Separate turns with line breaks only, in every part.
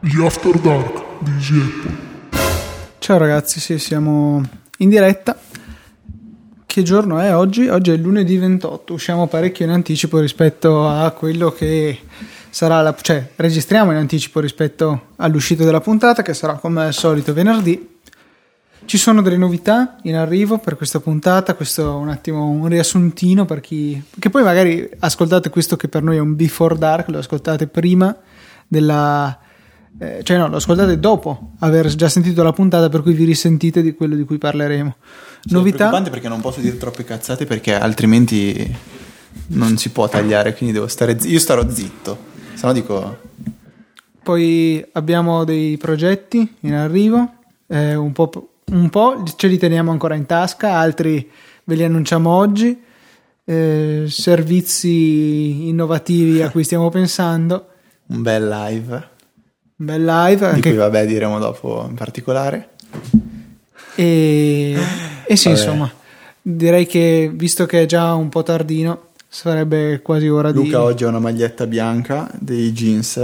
di After Dark di Easy Apple.
Ciao ragazzi, sì, siamo in diretta. Che giorno è oggi? Oggi è lunedì 28, usciamo parecchio in anticipo rispetto a quello che sarà la... cioè registriamo in anticipo rispetto all'uscita della puntata che sarà come al solito venerdì. Ci sono delle novità in arrivo per questa puntata, questo è un attimo un riassuntino per chi... che poi magari ascoltate questo che per noi è un before dark, lo ascoltate prima della... eh, cioè no, lo ascoltate dopo aver già sentito la puntata per cui vi risentite di quello di cui parleremo.
Sì, È preoccupante perché non posso dire troppe cazzate perché altrimenti non si può tagliare, quindi devo stare zitto. Io starò zitto, se no dico...
Poi abbiamo dei progetti in arrivo, eh, un, po', un po' ce li teniamo ancora in tasca, altri ve li annunciamo oggi, eh, servizi innovativi a cui stiamo pensando,
un bel live,
un bel live
di cui
anche,
vabbè diremo dopo in particolare.
e, e sì
Vabbè.
insomma direi che visto che è già un po' tardino sarebbe quasi ora di...
Luca oggi ha una maglietta bianca, dei jeans,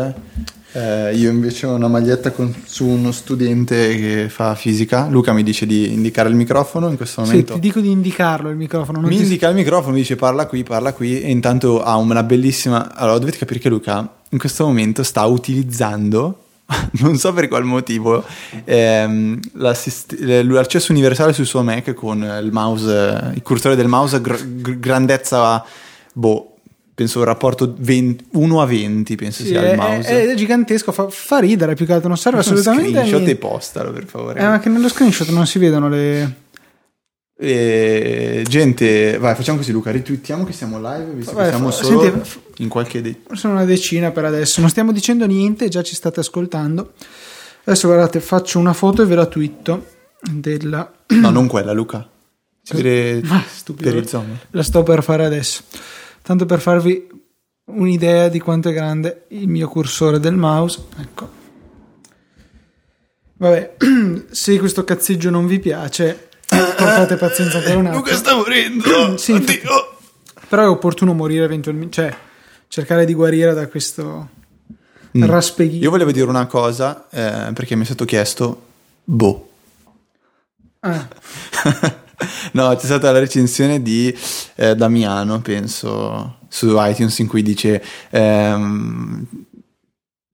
eh, io invece ho una maglietta con, su uno studente che fa fisica. Luca mi dice di indicare il microfono in questo
Sì,
momento.
ti dico di indicarlo il microfono, non
mi
ti-
indica il microfono, mi dice parla qui, parla qui e intanto ha una bellissima... Allora dovete capire che Luca in questo momento sta utilizzando, non so per qual motivo, ehm, l'assist- l'accesso universale sul suo Mac con il mouse, eh, il cursore del mouse gr- gr- grandezza, boh, penso un rapporto 20 1 a 20, penso
sì, eh,
sia
è,
il mouse.
è- è gigantesco, fa, fa ridere più che altro, non serve assolutamente a
Screenshot
niente.
e postalo per favore.
Eh, ma che nello screenshot non si vedono le...
E, gente, vai, facciamo così, Luca. Ritwittiamo che siamo live, visto
Vai,
che siamo
fa-
solo
senti, f-
in qualche dei.
Sono una decina per adesso, non stiamo dicendo niente, già ci state ascoltando. Adesso guardate, faccio una foto e ve la twitto della...
No, non quella, Luca. Si vede
Ma stupido.
per il zoom.
La sto per fare adesso. Tanto per farvi un'idea di quanto è grande il mio cursore del mouse. Ecco. Vabbè, se questo cazzeggio non vi piace, portate pazienza ancora un attimo.
sta morendo.
Sì, infatti. Però è opportuno morire eventualmente, cioè cercare di guarire da questo raspeghino.
Io volevo dire una cosa eh, perché mi è stato chiesto, boh.
Ah,
no, c'è stata la recensione di eh, Damiano, penso, su iTunes in cui dice... ehm,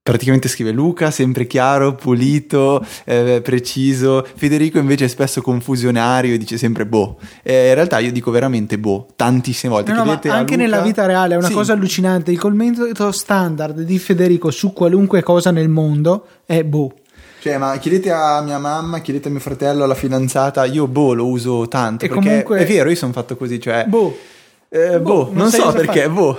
Praticamente scrive Luca, sempre chiaro, pulito, eh, preciso. Federico invece è spesso confusionario e dice sempre boh. Eh, in realtà io dico veramente boh, tantissime volte.
no, no, ma
Chiedete a
anche
Luca-
nella vita reale è una
Sì.
cosa allucinante. Il commento standard di Federico su qualunque cosa nel mondo è boh.
Cioè, ma chiedete a mia mamma, chiedete a mio fratello, alla fidanzata, io boh lo uso tanto.
E
perché
comunque-
è vero, io sono fatto così, cioè...
Boh.
eh, boh, non,
sai
so
cosa
perché,
fare.
boh.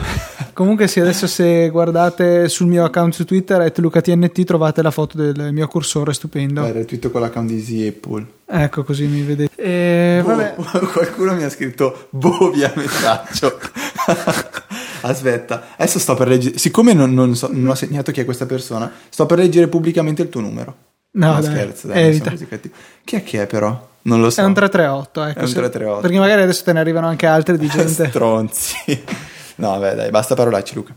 Comunque, sì, adesso se guardate sul mio account su Twitter, at LucaTNT, trovate la foto del mio cursore stupendo.
Era tutto con l'account di Easy Apple.
Ecco, così mi vedete. Eh,
Boh,
vabbè.
Qualcuno mi ha scritto boh via messaggio. Aspetta, adesso sto per leggere. Siccome non, non so- non ho segnato chi è questa persona, sto per leggere pubblicamente il tuo numero.
No,
no
dai,
scherzo, dai, non sono
evita.
così cattivo. Chi è che è però? Non lo so.
È un 338, ecco.
È un
se-
338.
Perché magari adesso te ne arrivano anche altre
Eh,
di gente.
Stronzi. No, vabbè, dai, basta parolacci, Luca.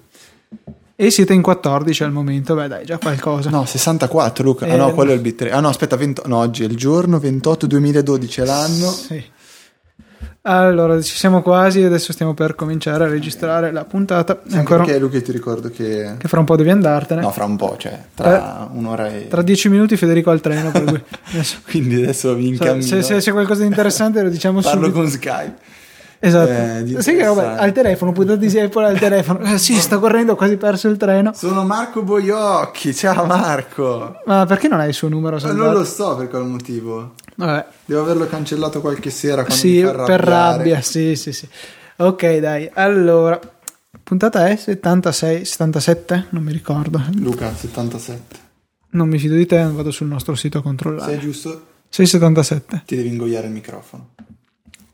E siete in 14 al momento, beh dai, già qualcosa.
No, 64 Luca. Ah
Eh,
no,
no.
quello è il bit 3. Ah no, aspetta, 20 no, oggi è il giorno 28 2012 è l'anno.
Sì. Allora, ci siamo quasi e adesso stiamo per cominciare a registrare la puntata. Ancora
Perché Luca ti ricordo che
che fra un po' devi andartene.
no, fra un po', cioè tra un'ora e
Eh? Tra 10 minuti Federico al treno, per cui adesso-
quindi adesso vi
se,
incammino.
Cioè, se- se c'è qualcosa di interessante lo diciamo
Parlo
subito.
con Skype. Eh,
Esatto.
di
Sai che roba
interessante.
al telefono, puntate di Apple al telefono. Eh, sì, sto correndo, ho quasi perso il treno.
Sono Marco Boiocchi. Ciao Marco.
Ma perché non hai il suo numero?
Ma
salvato?
non lo so per qual motivo.
Vabbè.
Devo averlo cancellato qualche sera quando mi
Sì,
fa
per
arrabbiare.
rabbia, sì, sì, sì. Ok, dai. Allora, puntata è 76, 77, non mi ricordo.
Luca 77.
Non mi fido di te, vado sul nostro sito a controllare.
Se è giusto
677.
ti devi ingoiare il microfono.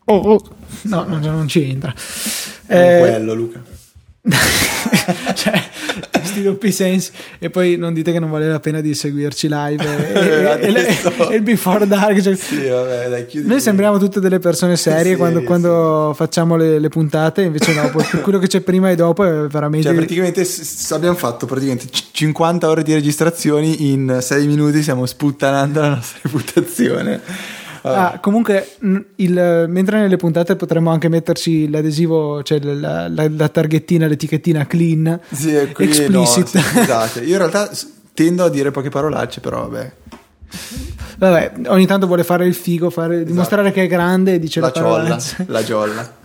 Oh, oh. No, non, non ci entra.
Non
Eh,
quello Luca.
cioè, sti doppi sensi. E poi non dite che non vale la pena di seguirci live e, e- e-
Adesso-
e il before dark. cioè-
Sì, vabbè, dai, chiudi.
Noi sembriamo tutte delle persone serie
Serie,
quando,
sì.
quando facciamo le, le puntate, invece no, poi quello che c'è prima e dopo è veramente...
Cioè, praticamente s- s- abbiamo fatto praticamente c- 50 ore di registrazioni in 6 minuti, stiamo sputtanando la nostra reputazione. Vabbè.
Ah, comunque, mh, il- mentre nelle puntate potremmo anche metterci l'adesivo, cioè la, la- la targhettina, l'etichettina clean,
Sì, e qui no,
explicit.
sì, esatto. scusate. Io in realtà s- tendo a dire poche parolacce, però vabbè.
Vabbè, ogni tanto vuole fare il figo, fare- dimostrare che è grande e dice
Esatto. la
la parola.
ciolla, la giolla.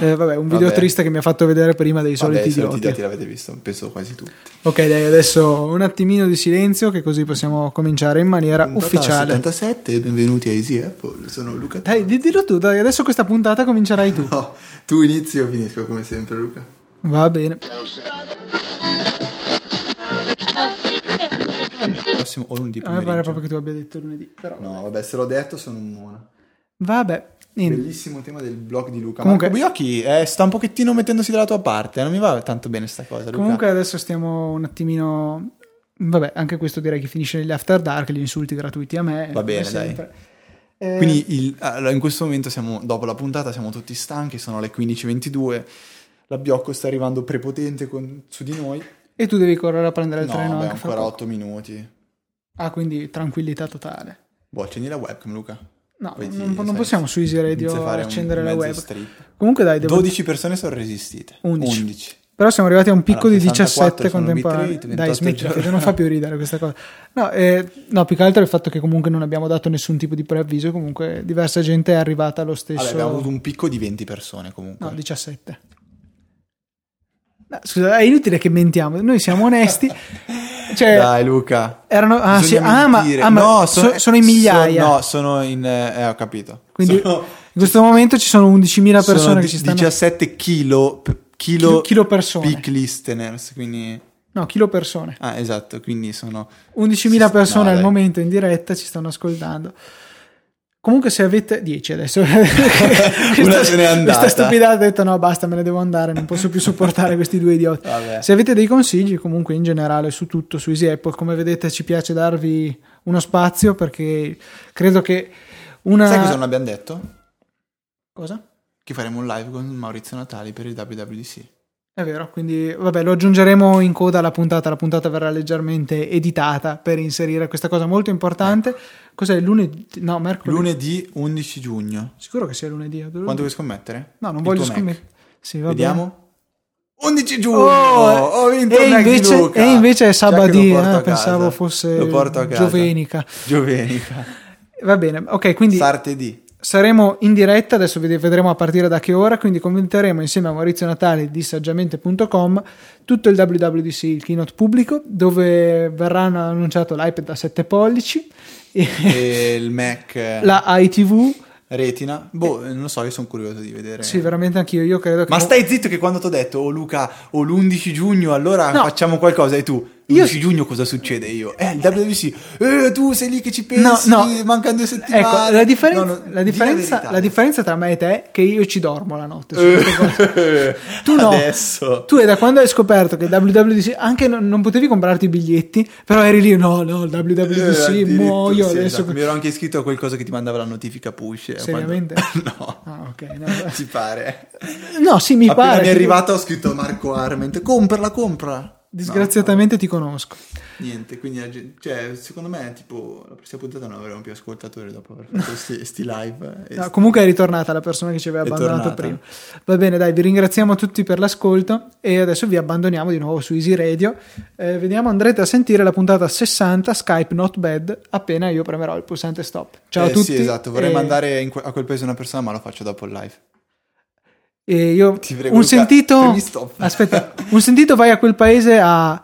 Eh, vabbè, un video
Vabbè.
triste che mi ha fatto vedere prima dei
Vabbè,
soliti
i soliti
idioti.
idioti l'avete visto, penso quasi tutti.
Ok, dai, adesso un attimino di silenzio, che così possiamo cominciare in maniera
Puntata
ufficiale.
77, benvenuti a Easy Apple, sono Luca.
Dai, di- dillo tu, dai, adesso questa puntata comincerai tu.
No, tu inizi io finisco come sempre Luca.
Va bene.
Il prossimo o lunedì
A me pare
pomeriggio.
proprio che tu abbia detto lunedì, però.
No, vabbè, se l'ho detto sono un mona.
Vabbè, niente.
Bellissimo tema del blog di Luca.
Comunque-
Comunque, Marco Biocchi eh, sta un pochettino mettendosi dalla tua parte, eh, non mi va tanto bene sta cosa, Luca.
Comunque adesso stiamo un attimino... Vabbè, anche questo direi che finisce negli after dark, gli insulti gratuiti a me.
Va bene,
come sempre. Eh,
Quindi il- allora, in questo momento siamo, dopo la puntata siamo tutti stanchi, sono le 15.22, la Biocco sta arrivando prepotente con- su di noi.
E tu devi correre a prendere il
No,
treno
vabbè,
anche fra
ancora
poco.
8 minuti.
Ah, quindi tranquillità totale.
Boh, accendi la webcam Luca.
No,
Poi ti-
non, non
sai,
possiamo su Easy Radio
inizia a fare un
accendere la
mezzo
web.
strip.
Comunque dai, devo...
12 persone sono resistite.
11.
11.
Però siamo arrivati a un picco
Allora,
di 17
64 sono
contemporanei.
bitrate,
Dai,
28
smettila,
giorni.
che non fa più ridere questa cosa. No, eh, no, più che altro il fatto che comunque non abbiamo dato nessun tipo di preavviso. Comunque diversa gente è arrivata lo stesso.
Vabbè, abbiamo avuto un picco di 20 persone comunque.
No, 17. No, scusa, è inutile che mentiamo. Noi siamo onesti. Cioè,
Dai Luca.
erano... Ah, sì,
Bisogna
ah, ma,
mentire.
ah, ma
No,
so-
sono-
sono in migliaia.
sono- no, sono in... eh, ho capito.
Quindi
sono,
in questo momento ci sono 11.000 persone
sono
che
di-
ci stanno...
17 kilo... p-
Chilo-
Kilo,
chilo persone.
Peak listeners, quindi...
No, chilo persone.
Ah, esatto, quindi sono...
Eh. 11.000 persone
No,
al
dai.
momento in diretta ci stanno ascoltando. Comunque, se avete 10 adesso, questa,
se n'è andata.
questa stupidata ha detto: No, basta, me ne devo andare, non posso più sopportare questi due idioti.
Vabbè.
Se avete dei consigli, comunque, in generale, su tutto, su Easy Apple, come vedete, ci piace darvi uno spazio perché credo che una.
Sai cosa non abbiamo detto?
Cosa?
Che faremo un live con Maurizio Natali per il WWDC.
È vero, quindi vabbè, lo aggiungeremo in coda alla puntata, la puntata verrà leggermente editata per inserire questa cosa molto importante.
Ecco.
Cos'è lunedì? No, mercoledì.
Lunedì 11 giugno.
Sicuro che sia lunedì. eh, Quanto
Quanto vuoi scommettere?
No, non
Il
voglio
tuo Mac.
scommettere. Sì, va bene.
Vediamo. 11 giugno!
Oh,
ho vinto
e
il Mac di
invece-
Luca.
e invece è
Già che lo
sabadì,
porto
eh,
a casa.
pensavo fosse
Lo porto a casa.
giovenica.
Giovenica.
Va bene, ok, quindi
Sartedì.
saremo in diretta, adesso vede- vedremo a partire da che ora, quindi commenteremo insieme a Maurizio Natale di saggiamente.com tutto il WWDC, il keynote pubblico, dove verranno annunciato l'iPad da 7 pollici,
Eh.
e
E il Mac eh,
la ITV,
Retina. Boh, non lo so, io sono curioso di vedere.
sì veramente anch'io, io credo che...
Eh. Ma stai zitto che quando ti ho detto, oh Luca, o l'11 giugno, allora
No.
facciamo qualcosa. E tu, l'11 giugno cosa succede io? Eh, il WWC, eh, tu sei lì che ci
No,
pensi,
no,
mancano due settimane.
Ecco, la differenza,
No, no,
la,
di
differenza,
verità. Eh,
la differenza tra me e te è che io ci dormo la notte. su queste cose. Tu no.
Adesso.
Tu è da quando hai scoperto che WWDC, anche non, non potevi comprarti i biglietti, però eri lì, no, no, il WWDC,
Eh,
muoio
addirittura, sì,
adesso.
esatto. Mi ero anche iscritto a qualcosa che ti mandava la notifica push. eh,
Seriamente?
quando- no.
Ah, ok. No,
Ti pare?
No, sì, mi
Appena
pare.
mi è
che-
arrivata ho scritto a Marco Arment, comprala, comprala.
Disgraziatamente ti conosco.
No, niente, quindi la gente- cioè, secondo me tipo la prossima puntata non avremo più ascoltatori dopo aver fatto sti, sti live. eh, e
No,
sti-
comunque è ritornata la persona che ci aveva
È
abbandonato
tornata.
prima. Va bene, dai, vi ringraziamo tutti per l'ascolto e adesso vi abbandoniamo di nuovo su Easy Radio. Eh, vediamo, andrete a sentire la puntata 60 Skype Not Bad appena io premerò il pulsante stop. Ciao
Eh,
a tutti.
Sì, esatto, vorrei
e-
mandare in que- a quel paese una persona, ma lo faccio dopo il live.
e io
Ti prego,
un
Luca,
sentito
premi stop.
Aspetta, un sentito vai a quel paese a